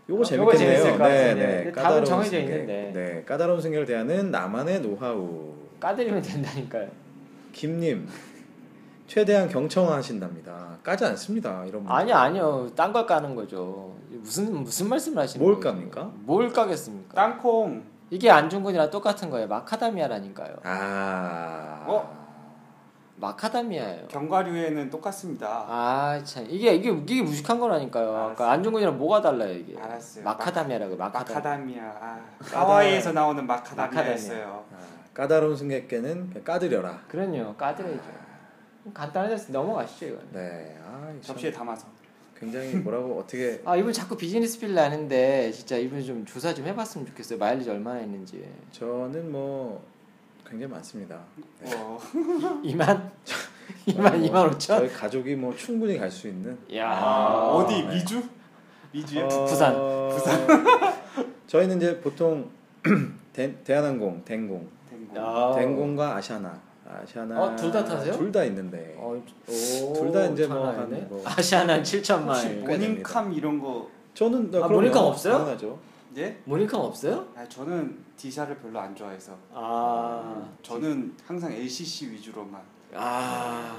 요거
아,
재밌겠네요.
요거 재밌을 것 같은데. 근데 답은
까다로운
정해져
승계.
있는데.
네, 까다로운 승계를 대하는 나만의 노하우.
까드리면 된다니까요.
김님 최대한 경청하신답니다. 까지 않습니다. 이런 분.
아니 아니요, 딴 걸 까는 거죠. 무슨 무슨 말씀을 하시는
뭘
거예요?
깝니까?
뭘 까겠습니까?
땅콩
이게 안중근이랑 똑같은 거예요. 마카다미아라니까요.
아.
어? 마카다미아예요.
견과류에는 똑같습니다
네. 아 참 이게 이게 이게 무식한 거라니까요.
알았어.
아까 안중근이랑 뭐가 달라요 이게?
알았어요.
마카다미아라고 마카다미아.
마카다미아 아, 하와이에서 나오는 마카다미아였어요
아, 까다로운 승객께는 그냥 까드려라.
그럼요, 까드레이죠. 간단해서 넘어가시죠 이거.
네. 아, 참
접시에 담아서
굉장히 뭐라고 어떻게
아 이분 자꾸 비즈니스 필 나는데 진짜 이분 좀 조사 좀 해봤으면 좋겠어요. 마일리지 얼마나 있는지.
저는 뭐 굉장히 많습니다. 네.
어,
2만? 2만 2만 5천?
어,
아.
저희 가족이 뭐 충분히 갈 수 있는
야
어디
네.
미주? 미주요?
어,
부산.
부산. 저희는 이제 보통 대, 대한항공, 댕공,
된거
야.
댕공과 아시아나, 아시아나
어, 아. 둘다 타세요?
둘 다 있는데.
어,
둘다 이제 뭐
장난 아니네.
한 뭐-
아시아는 7천
혹시
마일.
뭐-
모닝캄 이런 거
저는
아,
그럼요.
모닝카 없어요?
당연하죠.
예?
모닝캄 없어요?
아, 저는 디샤를 별로 안 좋아해서
아,
저는 항상 LCC 위주로만
아,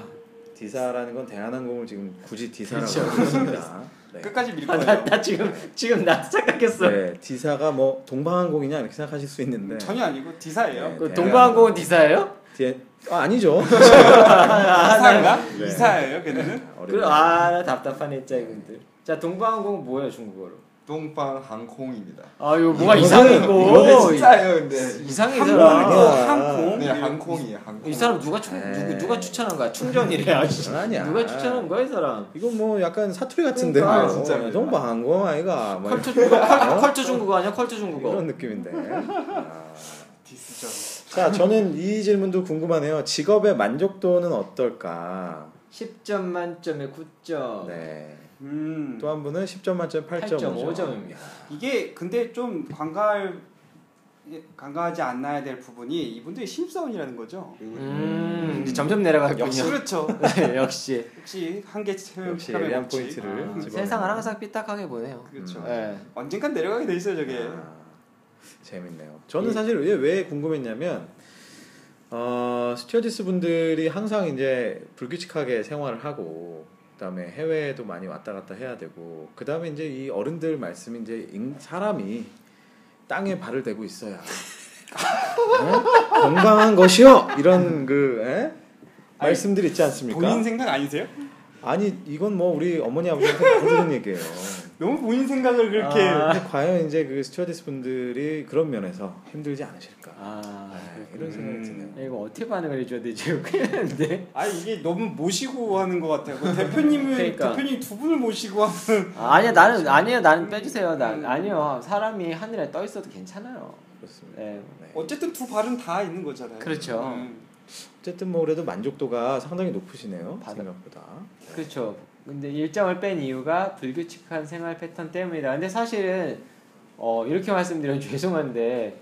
디사라는 건 대한항공을 지금 굳이 디사라고
그렇죠.
하고 있습니다. 네.
끝까지 밀
아,
거예요
나, 나 지금 지금 나 착각했어.
네, 디사가 뭐 동방항공이냐 이렇게 생각하실 수 있는데
전혀 아니고 디사예요
네.
그 동방항공은 디사예요? 아,
디- 아, 아니죠.
이사인가?
네.
이사예요 걔네는?
그래, 아, 나 답답하네 진짜 이분들. 자, 동방항공은 뭐예요 중국어로?
동방 항공입니다.
아, 이거 뭐가 이상해
이거는
이거.
진짜예요, 근데.
이상해 이
아니야.
사람.
항공?
네, 항공이에요, 항공.
이 사람 누가 추, 누구,
에이.
누가 추천한 거야? 충전이래. 네. 아, 씨.
아니야.
누가 추천한 거야 이 사람?
이건 뭐 약간 사투리 같은데. 뭐.
그러니까,
진짜.
동방항공 아이가 뭐
컬투 중국어, 컬- 컬투 중국어 아니야? 컬투 중국어.
이런 느낌인데. 아.
디스죠
자, 저는 이 질문도 궁금하네요. 직업의 만족도는 어떨까?
10점 만점에 9점.
네.
음
또 한 분은 10점 만점 8.5점.
8.5점입니다.
이게 근데 좀 관가할 관가하지 않아야 될 부분이 이분들의 심사원이라는 거죠
음, 이제 점점 내려가군요.
역시 그렇죠
네, 역시.
역시 한계 체험
역시 예리한 포인트를
아,
집어내는.
세상을 항상 삐딱하게 보네요.
그렇죠
음.
네.
언젠간 내려가게 돼 있어요 저게 예.
아, 재밌네요. 저는 사실 왜, 왜 궁금했냐면 어, 스튜어디스 분들이 항상 이제 불규칙하게 생활을 하고 그다음에 해외에도 많이 왔다 갔다 해야 되고 그다음에 이제 이 어른들 말씀이 이제 인- 사람이 땅에 발을 대고 있어야 어? 건강한 것이요 이런 그 에? 말씀들 있지 않습니까?
본인 생각 아니세요?
아니 이건 뭐 우리 어머니 아버지한테 많이 들은 얘기예요.
너무 본인 생각을 그렇게
아.
근데 과연 이제 그 스튜어디스 분들이 그런 면에서 힘들지 않으실까?
아,
네, 이런 생각이
음.
드네요.
이거 어떻게 반응을 해줘야 되지? 근데
아 이게 너무 모시고 하는 것 같아요. 그 대표님은
그러니까.
대표님 두 분을 모시고 하는
아, 아니야 음. 나는 아니에요 나는 빼주세요 나 아니요 사람이 하늘에 떠 있어도 괜찮아요.
그렇습니다.
네.
네.
어쨌든 두 발은 다 있는 거잖아요.
그렇죠.
음.
어쨌든 뭐 그래도 만족도가 상당히 높으시네요.
받아-
생각보다.
그렇죠. 근데 일정을 뺀 이유가 불규칙한 생활 패턴 때문이다. 근데 사실은 어, 이렇게 말씀드리면 죄송한데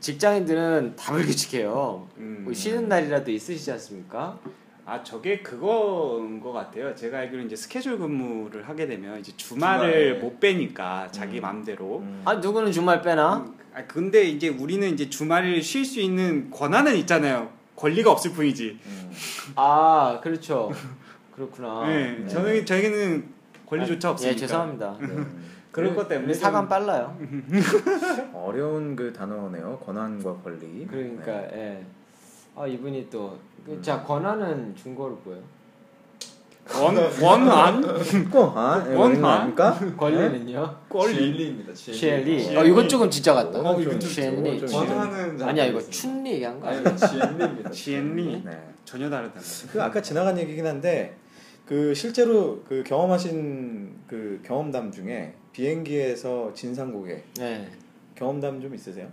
직장인들은 다 불규칙해요.
음.
뭐 쉬는 날이라도 있으시지 않습니까?
아 저게 그거인 것 같아요. 제가 알기로 이제 스케줄 근무를 하게 되면 이제 주말을
주말에.
못 빼니까 자기 맘대로.
음.
아 누구는 주말 빼나?
음, 아 근데 이제 우리는 이제 주말을 쉴 수 있는 권한은 있잖아요. 권리가 없을 뿐이지.
음.
아 그렇죠. 그렇구나.
네,
네.
저는 저희는 권리조차
아,
없으니까.
예 죄송합니다.
음.
그럴 것 때문에 음.
사감
좀-
빨라요.
어려운 그 단어네요. 권한과 권리.
그러니까
네.
예. 아 이분이 또자
음.
권한은 중고로 뭐예요?
원 원안
권한 네,
권한?
이런 거 아닙니까?
네?
권리는요?
권리.
젤리입니다. 젤리.
쉘리.
쉘리.
어 이건 조금 진짜 뭐 같다.
어,
이건 좀
쉘리.
좀-
원하는 잘
아니야 이거
모르겠습니다.
춘리 얘기한 거야.
아니, 젤리입니다.
지엔리
네.
전혀 다르다.
그 아까 지나간 얘기긴 한데 그 실제로 그 경험하신 그 경험담 중에 비행기에서 진상 고객
네.
경험담 좀 있으세요?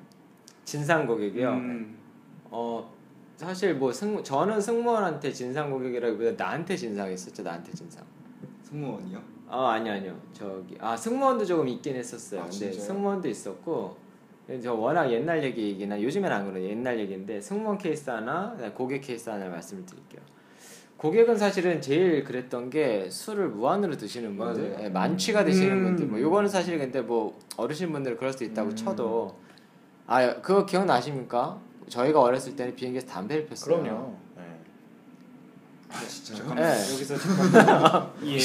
진상 고객이요.
음,
어 사실 뭐 승, 저는 승무원한테 진상 고객이라기보다 나한테 진상했었죠. 나한테 진상.
승무원이요?
아 아니요 아니요 저기 아 승무원도 조금 있긴 했었어요.
아,
근데
진짜요?
승무원도 있었고 근데 저 워낙 옛날 얘기이기나 요즘엔 안 그래요. 옛날 얘기인데 승무원 케이스 하나, 그다음에 고객 케이스 하나 말씀을 드릴게요. 고객은 사실은 제일 그랬던 게 술을 무한으로 드시는 분들,
맞아요.
예, 만취가 되시는
음.
분들, 뭐 요거는 사실 근데 뭐 어르신분들 그럴 수도
음.
있다고 쳐도 아 그거 기억나십니까? 저희가 어렸을 때는 비행기에서 담배를 폈어요.
그럼요. 네.
아 진짜요?
잠깐만
네.
여기서 잠깐만 예.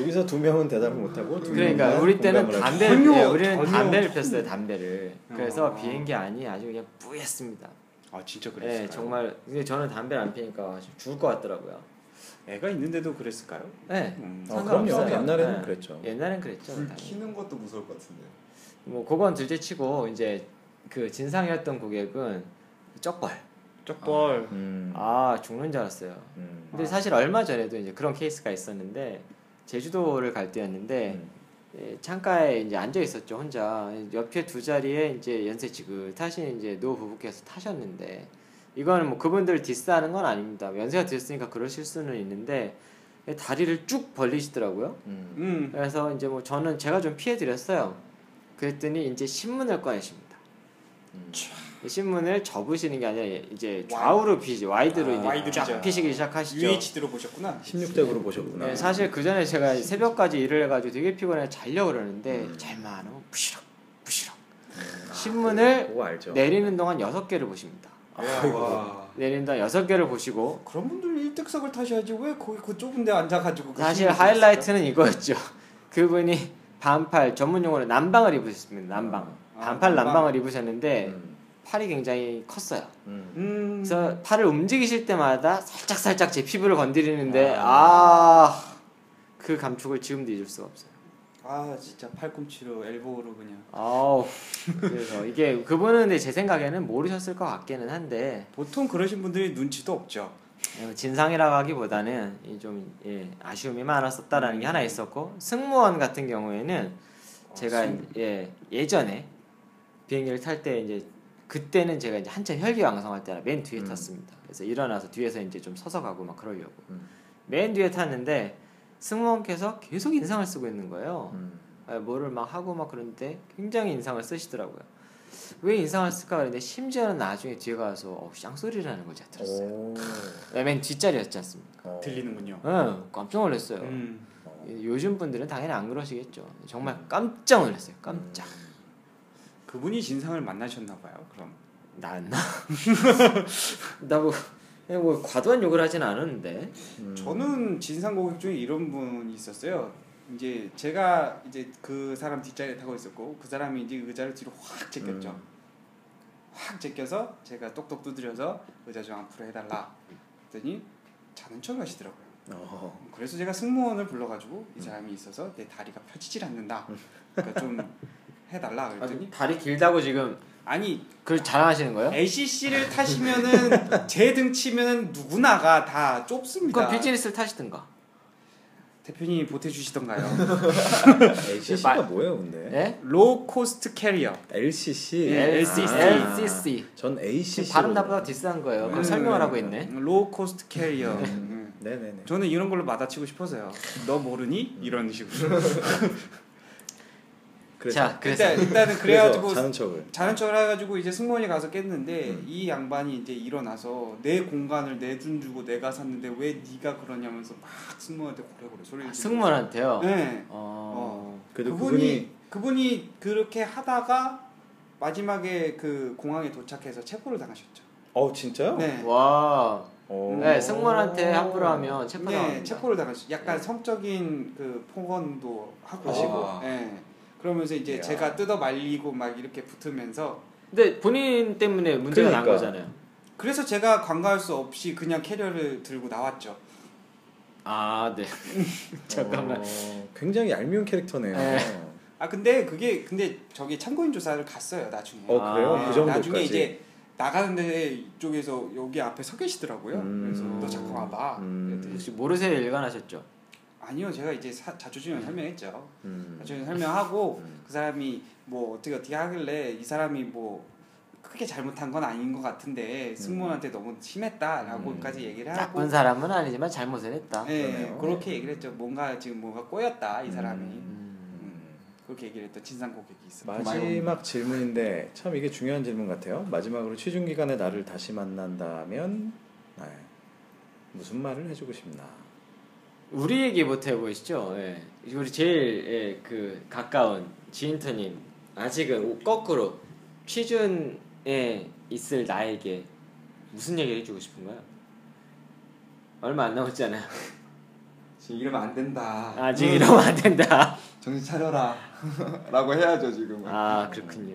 여기서 두 명은 대답을 못하고 두
그러니까
명만
우리 때는
공감을 하죠.
담배를
전혀,
예, 우리는
전혀.
담배를 폈어요 담배를 그래서
어.
비행기 안이 아주 그냥 뿌였습니다
아 진짜 그랬을까요?
예 정말 근데 저는 담배를 안 피니까 죽을 것 같더라고요
애가 있는데도 그랬을까요?
예
음.
어,
상관없어요.
그럼요. 옛날에는
네.
그랬죠.
옛날엔 그랬죠
불
당연히.
키는 것도 무서울 것 같은데.
뭐 그건 둘째치고 이제 그 진상이었던 고객은 쩍벌
쪽벌
음,
아 죽는 줄 알았어요
음.
근데 사실 얼마 전에도 이제 그런 케이스가 있었는데 제주도를 갈 때였는데
음.
예, 창가에 이제 앉아 있었죠 혼자 옆에 두 자리에 이제 연세 지긋하신 이제 노 부부께서 타셨는데 이거는 뭐 그분들 디스하는 건 아닙니다 연세가 드셨으니까 그러실 수는 있는데 다리를 쭉 벌리시더라고요
음.
음.
그래서 이제 뭐 저는 제가 좀 피해 드렸어요 그랬더니 이제 신문을 꺼내십니다
음.
신문을 접으시는 게 아니라 이제 좌우로 피지 와이드로
아,
이제
와이드
쫙
피죠.
피시기 시작하시죠
UHD로 보셨구나.
16대으로 보셨구나.
네, 사실 그 전에 제가 새벽까지 일을 해가지고 되게 피곤해 자려고 그러는데
음.
잘만 하면 부시럭 부시럭
아, 그렇죠.
신문을
그거 알죠. 아,
내리는 동안 여섯 개를 보십니다.
와.
내리는 동안 여섯 개를 보시고
그런 분들 일특석을 타셔야지 왜 거기 그 좁은데 앉아가지고 그
사실
신문을
하이라이트는 이거였죠. 그분이 반팔 전문 용어로 난방을 입으셨습니다. 난방 네.
아,
반팔
난방.
난방을 입으셨는데
음.
팔이 굉장히 컸어요.
음.
음.
그래서 팔을 움직이실 때마다 살짝 살짝 제 피부를 건드리는데 아 그 감촉을 지금도 잊을 수가 없어요.
아 진짜 팔꿈치로 엘보로 그냥
아우 그래서 이게 그분은 근데 제 생각에는 모르셨을 것 같기는 한데
보통 그러신 분들이 눈치도 없죠.
진상이라고 하기보다는 이좀 예, 아쉬움이 많았었다라는 게 하나 있었고 승무원 같은 경우에는 제가 예 예전에 비행기를 탈 때 이제 그때는 제가 이제 한참 혈기왕성할 때라 맨 뒤에
음.
탔습니다. 그래서 일어나서 뒤에서 이제 좀 서서 가고 막 그러려고
음.
맨 뒤에 탔는데 승무원께서 계속 인상을 쓰고 있는 거예요.
음.
아, 뭐를 막 하고 막 그런데 굉장히 인상을 쓰시더라고요. 왜 인상을 쓸까 그랬는데 심지어는 나중에 뒤에 가서 어, 쌍소리라는 걸 제가 들었어요.
오.
네, 맨 뒷자리였지 않습니까?
어.
들리는군요.
응, 깜짝 놀랐어요. 예,
음.
어.
요즘 분들은 당연히 안 그러시겠죠. 정말 깜짝 놀랐어요. 깜짝.
그분이 진상을 만나셨나 봐요. 그럼
나나 나뭐 뭐 과도한 욕을 하진 않았는데.
음.
저는 진상 고객 중에 이런 분이 있었어요. 이제 제가 이제 그 사람 뒷자리에 타고 있었고 그 사람이 이제 의자를 뒤로 확 제꼈죠. 확 제껴서 제가 똑똑 두드려서 의자 좀 앞으로 해달라. 그랬더니 자는 척 하시더라고요.
어.
그래서 제가 승무원을 불러가지고 이 사람이 있어서 내 다리가 펴지질 않는다. 그러니까 좀 해달라 그랬더니
다리 아, 길다고 지금
아니
그걸 자랑하시는 거예요?
ACC를 타시면은 제 등치면은 누구나가 다 좁습니다.
그럼 그러니까 비즈니스를 타시든가.
대표님이 보태주시던가요?
LCC가 뭐예요,
네.
근데?
예?
로우 코스트 캐리어.
LCC.
예, LCC.
아.
LCC.
전
네, 지금
ACC.
발음 나보다 디스한 거예요. 어,
음.
그럼 설명을 하고 있네.
로우 코스트 캐리어. 음.
네네네.
저는 이런 걸로 맞아치고 싶어서요. 너 모르니? 이런 식으로. 그렇죠.
그래서
자, 그래서
일단, 일단은 그래가지고
그래서 자는 척을.
자는 척을 해가지고 이제 승무원이 가서 깼는데
음.
이 양반이 이제 일어나서 내 공간을 내 돈 주고 내가 샀는데 왜 네가 그러냐면서 막 승무원한테 고래고래 소리를
아,
지르고.
승무원한테요.
네.
어.
그래도
그분이
그분이,
그분이 그렇게 하다가 마지막에 그 공항에 도착해서 체포를 당하셨죠.
어 진짜요?
네.
와.
오.
네, 승무원한테 함부로 하면 체포
네,
당합니다.
체포를 당하셨죠. 약간
네.
성적인 그 폭언도 하고
하시고.
네. 그러면서 이제
이야.
제가 뜯어 말리고 막 이렇게 붙으면서
근데 본인 때문에 문제가 난
그러니까.
거잖아요.
그래서 제가 관가할 수 없이 그냥 캐리어를 들고 나왔죠.
아, 네. 잠깐만.
어, 굉장히 얄미운 캐릭터네요.
네.
아 근데 그게 근데 저기 참고인 조사를 갔어요 나중에. 네,
어 그래요?
아,
그 정도까지.
나중에 이제 나가는데 이쪽에서 여기 앞에 서 계시더라고요.
음.
그래서 너 잠깐 와봐.
음.
그랬더니
혹시 모르세요 일관하셨죠?
아니요 제가 이제 사- 자초지종 설명했죠.
음.
자초지종 설명하고
음.
그 사람이 뭐 어떻게 어떻게 하길래 이 사람이 뭐 크게 잘못한 건 아닌 것 같은데 승무원한테 너무
음.
심했다라고까지 얘기를 하고
나쁜 사람은 아니지만 잘못은 했다.
뭐. 네,
그러네요.
그렇게 얘기를 했죠. 뭔가 지금 뭔가 꼬였다 이 사람이
음.
그렇게 얘기를 했던 진상 고객이
그
있어요.
마지막 질문인데 참 이게 중요한 질문 같아요. 마지막으로 취준 기간에 나를 다시 만난다면 네. 무슨 말을 해주고 싶나?
우리 얘기 못 해보시죠. 예. 우리 제일 예, 그 가까운 지인터님 아직은 오- 거꾸로 취준에 있을 나에게 무슨 얘기를 해주고 싶은가요? 얼마 안 남았잖아요.
지금 이러면 안 된다.
음.
아직 이러면 안 된다.
정신 차려라. 라고 해야죠 지금.
아 그렇군요.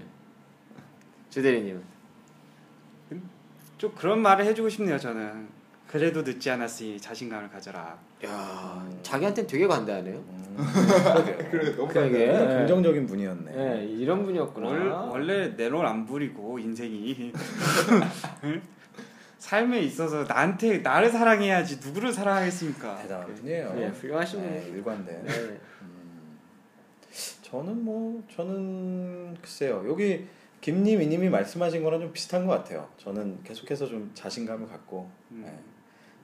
주대리님은
좀 그런 말을 해주고 싶네요. 저는 그래도 늦지 않았으니 자신감을 가져라.
야 자기한테 되게 관대하네요.
그래
음.
너무
그러게.
그냥
예.
긍정적인 분이었네.
예, 이런 분이었구나.
원, 원래 내롤 안 부리고 인생이 삶에 있어서 나한테 나를 사랑해야지 누구를 사랑하겠습니까?
대단한
그-
분이에요.
예, 훌륭하신
네,
분이에요.
일관된.
네.
저는 뭐 저는 글쎄요 여기 김님 이님이 말씀하신 거랑 좀 비슷한 것 같아요. 저는 계속해서 좀 자신감을 갖고
음.
네,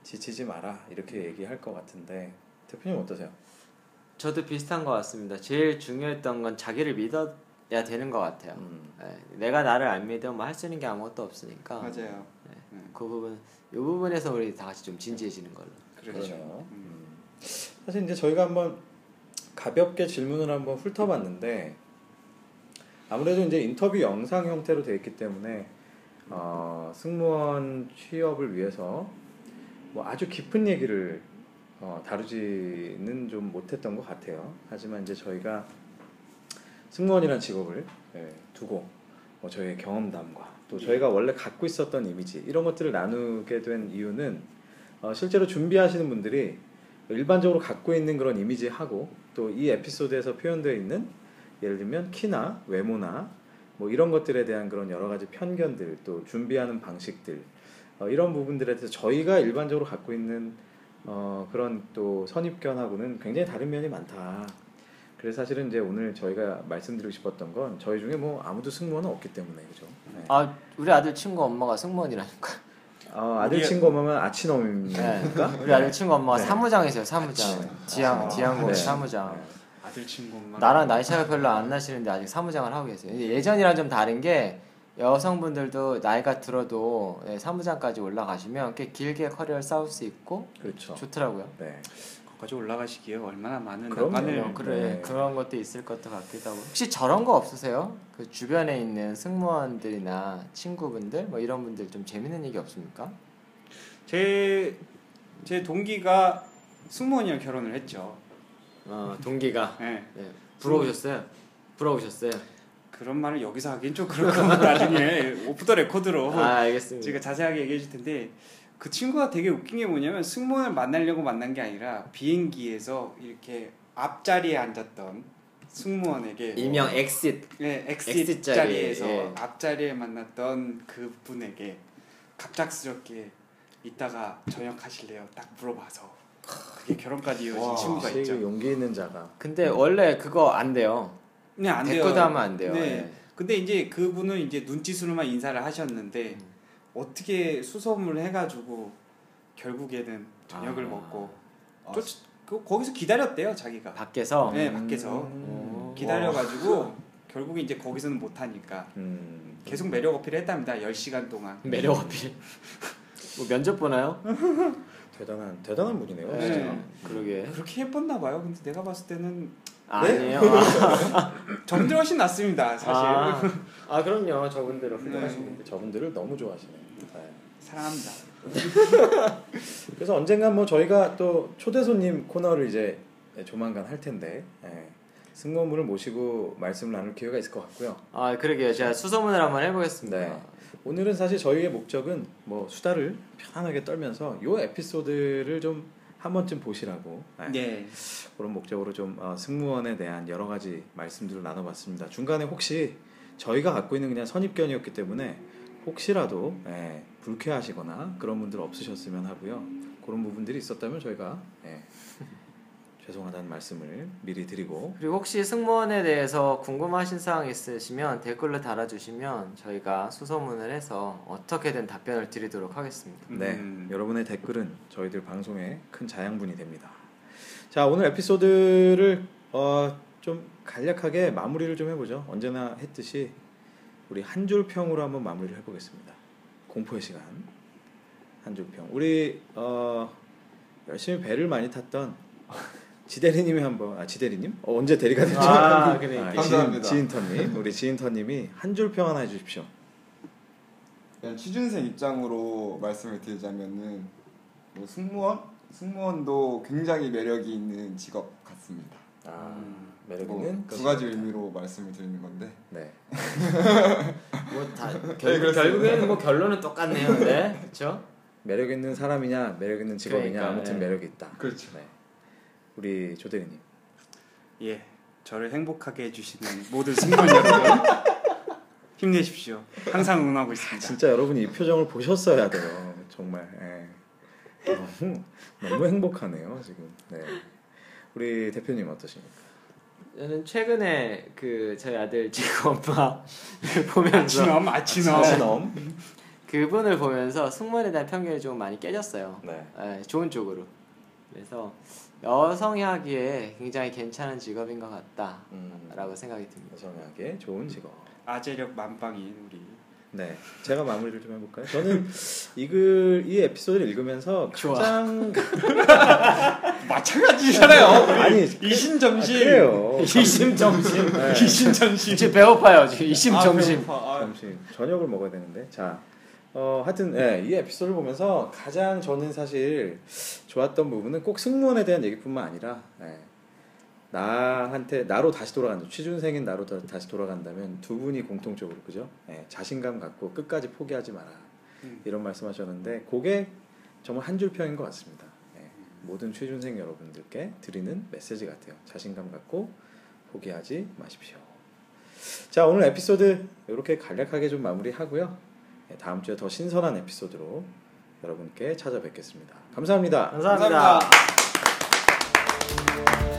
지치지 마라 이렇게 얘기할 것 같은데 대표님 어떠세요?
저도 비슷한 것 같습니다. 제일 중요했던 건 자기를 믿어야 되는 것 같아요.
음,
예, 내가 나를 안 믿으면 뭐할 수 있는 게 아무것도 없으니까
맞아요. 네,
네,
그 부분 이 부분에서 우리 다 같이 좀 진지해지는 걸로
그렇죠.
그러네요.
음.
사실 이제 저희가 한번 가볍게 질문을 한번 훑어봤는데 아무래도 이제 인터뷰 영상 형태로 되어 있기 때문에 어, 승무원 취업을 위해서 뭐 아주 깊은 얘기를 어, 다루지는 좀 못했던 것 같아요. 하지만 이제 저희가 승무원이란 직업을 예, 두고 뭐 저희의 경험담과 또 저희가 원래 갖고 있었던 이미지 이런 것들을 나누게 된 이유는 어, 실제로 준비하시는 분들이 일반적으로 갖고 있는 그런 이미지하고 또 이 에피소드에서 표현되어 있는 예를 들면 키나 외모나 뭐 이런 것들에 대한 그런 여러 가지 편견들 또 준비하는 방식들 어, 이런 부분들에 대해서 저희가 일반적으로 갖고 있는 어, 그런 또 선입견하고는 굉장히 다른 면이 많다. 그래서 사실은 이제 오늘 저희가 말씀드리고 싶었던 건 저희 중에 뭐 아무도 승무원은 없기 때문에 그죠. 네.
아 우리 아들 친구 엄마가 승무원이라니까
어, 아들
우리-
친구 엄마면 아치놈입니다.
네. 우리 아들 친구 엄마가
네.
사무장이세요 사무장 지향
아,
지향고
네.
사무장
아들 친구만
나랑 나이 차가 별로 안 나시는데 아직 사무장을 하고 계세요 예전이랑 좀 다른 게 여성분들도 나이가 들어도 예, 사무장까지 올라가시면 꽤 길게 커리어를 쌓을 수 있고
그렇죠.
좋더라고요
네.
거기까지 올라가시기에 얼마나 많은
그럼요.
난관을
어, 그래
네.
그런 것도 있을 것도 같기도 하고 혹시 저런 거 없으세요? 그 주변에 있는 승무원들이나 친구분들 뭐 이런 분들 좀 재밌는 얘기 없습니까?
제, 제 동기가 승무원이랑 결혼을 했죠.
어 동기가
예.
네, 부러우셨어요? 부러우셨어요?
그런 말을 여기서 하긴 좀 그렇고 나중에 오프 더 레코드로
아 알겠습니다.
제가 자세하게 얘기해 줄 텐데 그 친구가 되게 웃긴 게 뭐냐면 승무원을 만나려고 만난 게 아니라 비행기에서 이렇게 앞자리에 앉았던 승무원에게
일명 엑싯
네, 엑시
엑시 자리,
자리에서
예.
앞자리에 만났던 그분에게 갑작스럽게 이따가 전역하실래요? 딱 물어봐서 그게 결혼까지 아, 이어진 친구가
역시
있죠.
용기 있는 자가
근데 원래 그거 안 돼요.
네, 안 돼요.
댓글도 하면 안 돼요.
네.
예.
근데 이제 그분은 이제 눈짓으로만 인사를 하셨는데 어떻게 수소문을 해가지고 결국에는 저녁을
아. 아.
먹고
아,
쫓, 그, 거기서 기다렸대요 자기가
밖에서 어,
네 밖에서
음.
기다려가지고 결국에 이제 거기서는 못하니까
음.
계속 매력 어필을 했답니다 10시간 동안
매력 어필. 뭐 면접 보나요?
대단한 대단한 분이네요.
네.
진짜.
그러게.
그렇게 예뻤나 봐요 근데 내가 봤을 때는
아니에요.
점들 훨씬 낫습니다 사실
아, 아 그럼요. 저분들은 훌륭하신
네.
분들.
저분들을 너무 좋아하시네요. 네.
사랑합니다
그래서 언젠간 뭐 저희가 또 초대 손님 코너를 이제 조만간 할 텐데 예. 승무원분을 모시고 말씀을 나눌 기회가 있을 것 같고요.
아 그러게요. 제가 수소문을 한번 해보겠습니다.
네. 오늘은 사실 저희의 목적은 뭐 수다를 편안하게 떨면서 요 에피소드를 좀 한 번쯤 보시라고 예.
네
그런 목적으로 좀 어, 승무원에 대한 여러 가지 말씀들을 나눠봤습니다. 중간에 혹시 저희가 갖고 있는 그냥 선입견이었기 때문에 혹시라도 예, 불쾌하시거나 그런 분들 없으셨으면 하고요. 그런 부분들이 있었다면 저희가 예, 죄송하다는 말씀을 미리 드리고
그리고 혹시 승무원에 대해서 궁금하신 사항 있으시면 댓글로 달아주시면 저희가 수소문을 해서 어떻게든 답변을 드리도록 하겠습니다.
네,
음.
여러분의 댓글은 저희들 방송에 큰 자양분이 됩니다. 자, 오늘 에피소드를 어, 좀 간략하게 마무리를 좀 해보죠. 언제나 했듯이 우리 한 줄 평으로 한번 마무리를 해보겠습니다. 공포의 시간 한 줄 평. 우리 어, 열심히 배를 많이 탔던 지대리님이 한번 아 지대리님 어, 언제 대리가 됐죠? 예,
아, 그러니까.
지인,
감사합니다.
지인터님 우리 지인터님이 한 줄 평 하나 해주십시오.
그냥 취준생 입장으로 말씀을 드리자면은 뭐 승무원 승무원도 굉장히 매력이 있는 직업 같습니다.
아
음.
매력
뭐
있는
두 가지 의미로 말씀을 드리는 건데
네.
뭐다
네, 그렇습니다.
결국에는 뭐 결론은 똑같네요. 네, 그렇죠?
매력 있는 사람이냐 매력 있는 직업이냐
그러니까,
아무튼
예.
매력이 있다.
그렇죠.
네. 우리 조대리님.
예, 저를 행복하게 해주시는 모든 승무원 여러분 힘내십시오. 항상 응원하고 있습니다.
아, 진짜 여러분이 이 표정을 보셨어야 돼요. 정말. 예. 너무 너무 행복하네요 지금. 네. 우리 대표님 어떠십니까?
저는 최근에 그 저희 아들 지금 엄마를 보면서
아치놈, 아치놈.
아시넘.
그분을 보면서 승무원에 대한 편견이 좀 많이 깨졌어요.
네.
예, 좋은 쪽으로. 그래서 여성이 하기에 굉장히 괜찮은 직업인 것 같다라고
음,
생각이 듭니다.
여성에게 좋은 직업.
아재력 만빵인 우리.
네. 제가 마무리를 좀 해볼까요? 저는 이 글 이 에피소드를 읽으면서
좋아.
가장
마찬가지잖아요.
아니, 아,
이신점심.
그래요. 네.
이심점심.
네. 이신점심. 아,
이제 아, 배고파요. 지금 이심점심.
잠시 저녁을 먹어야 되는데 자 어, 하여튼 예, 이 에피소드를 보면서 가장 저는 사실 좋았던 부분은 꼭 승무원에 대한 얘기뿐만 아니라 예, 나한테 나로 다시 돌아간다 취준생인 나로 다, 다시 돌아간다면 두 분이 공통적으로 그죠 예, 자신감 갖고 끝까지 포기하지 마라
음.
이런 말씀하셨는데 그게 정말 한 줄 평인 것 같습니다 예, 모든 취준생 여러분들께 드리는 메시지 같아요 자신감 갖고 포기하지 마십시오. 자 오늘 에피소드 이렇게 간략하게 좀 마무리하고요. 네, 다음 주에 더 신선한 에피소드로 여러분께 찾아뵙겠습니다. 감사합니다.
감사합니다.
감사합니다.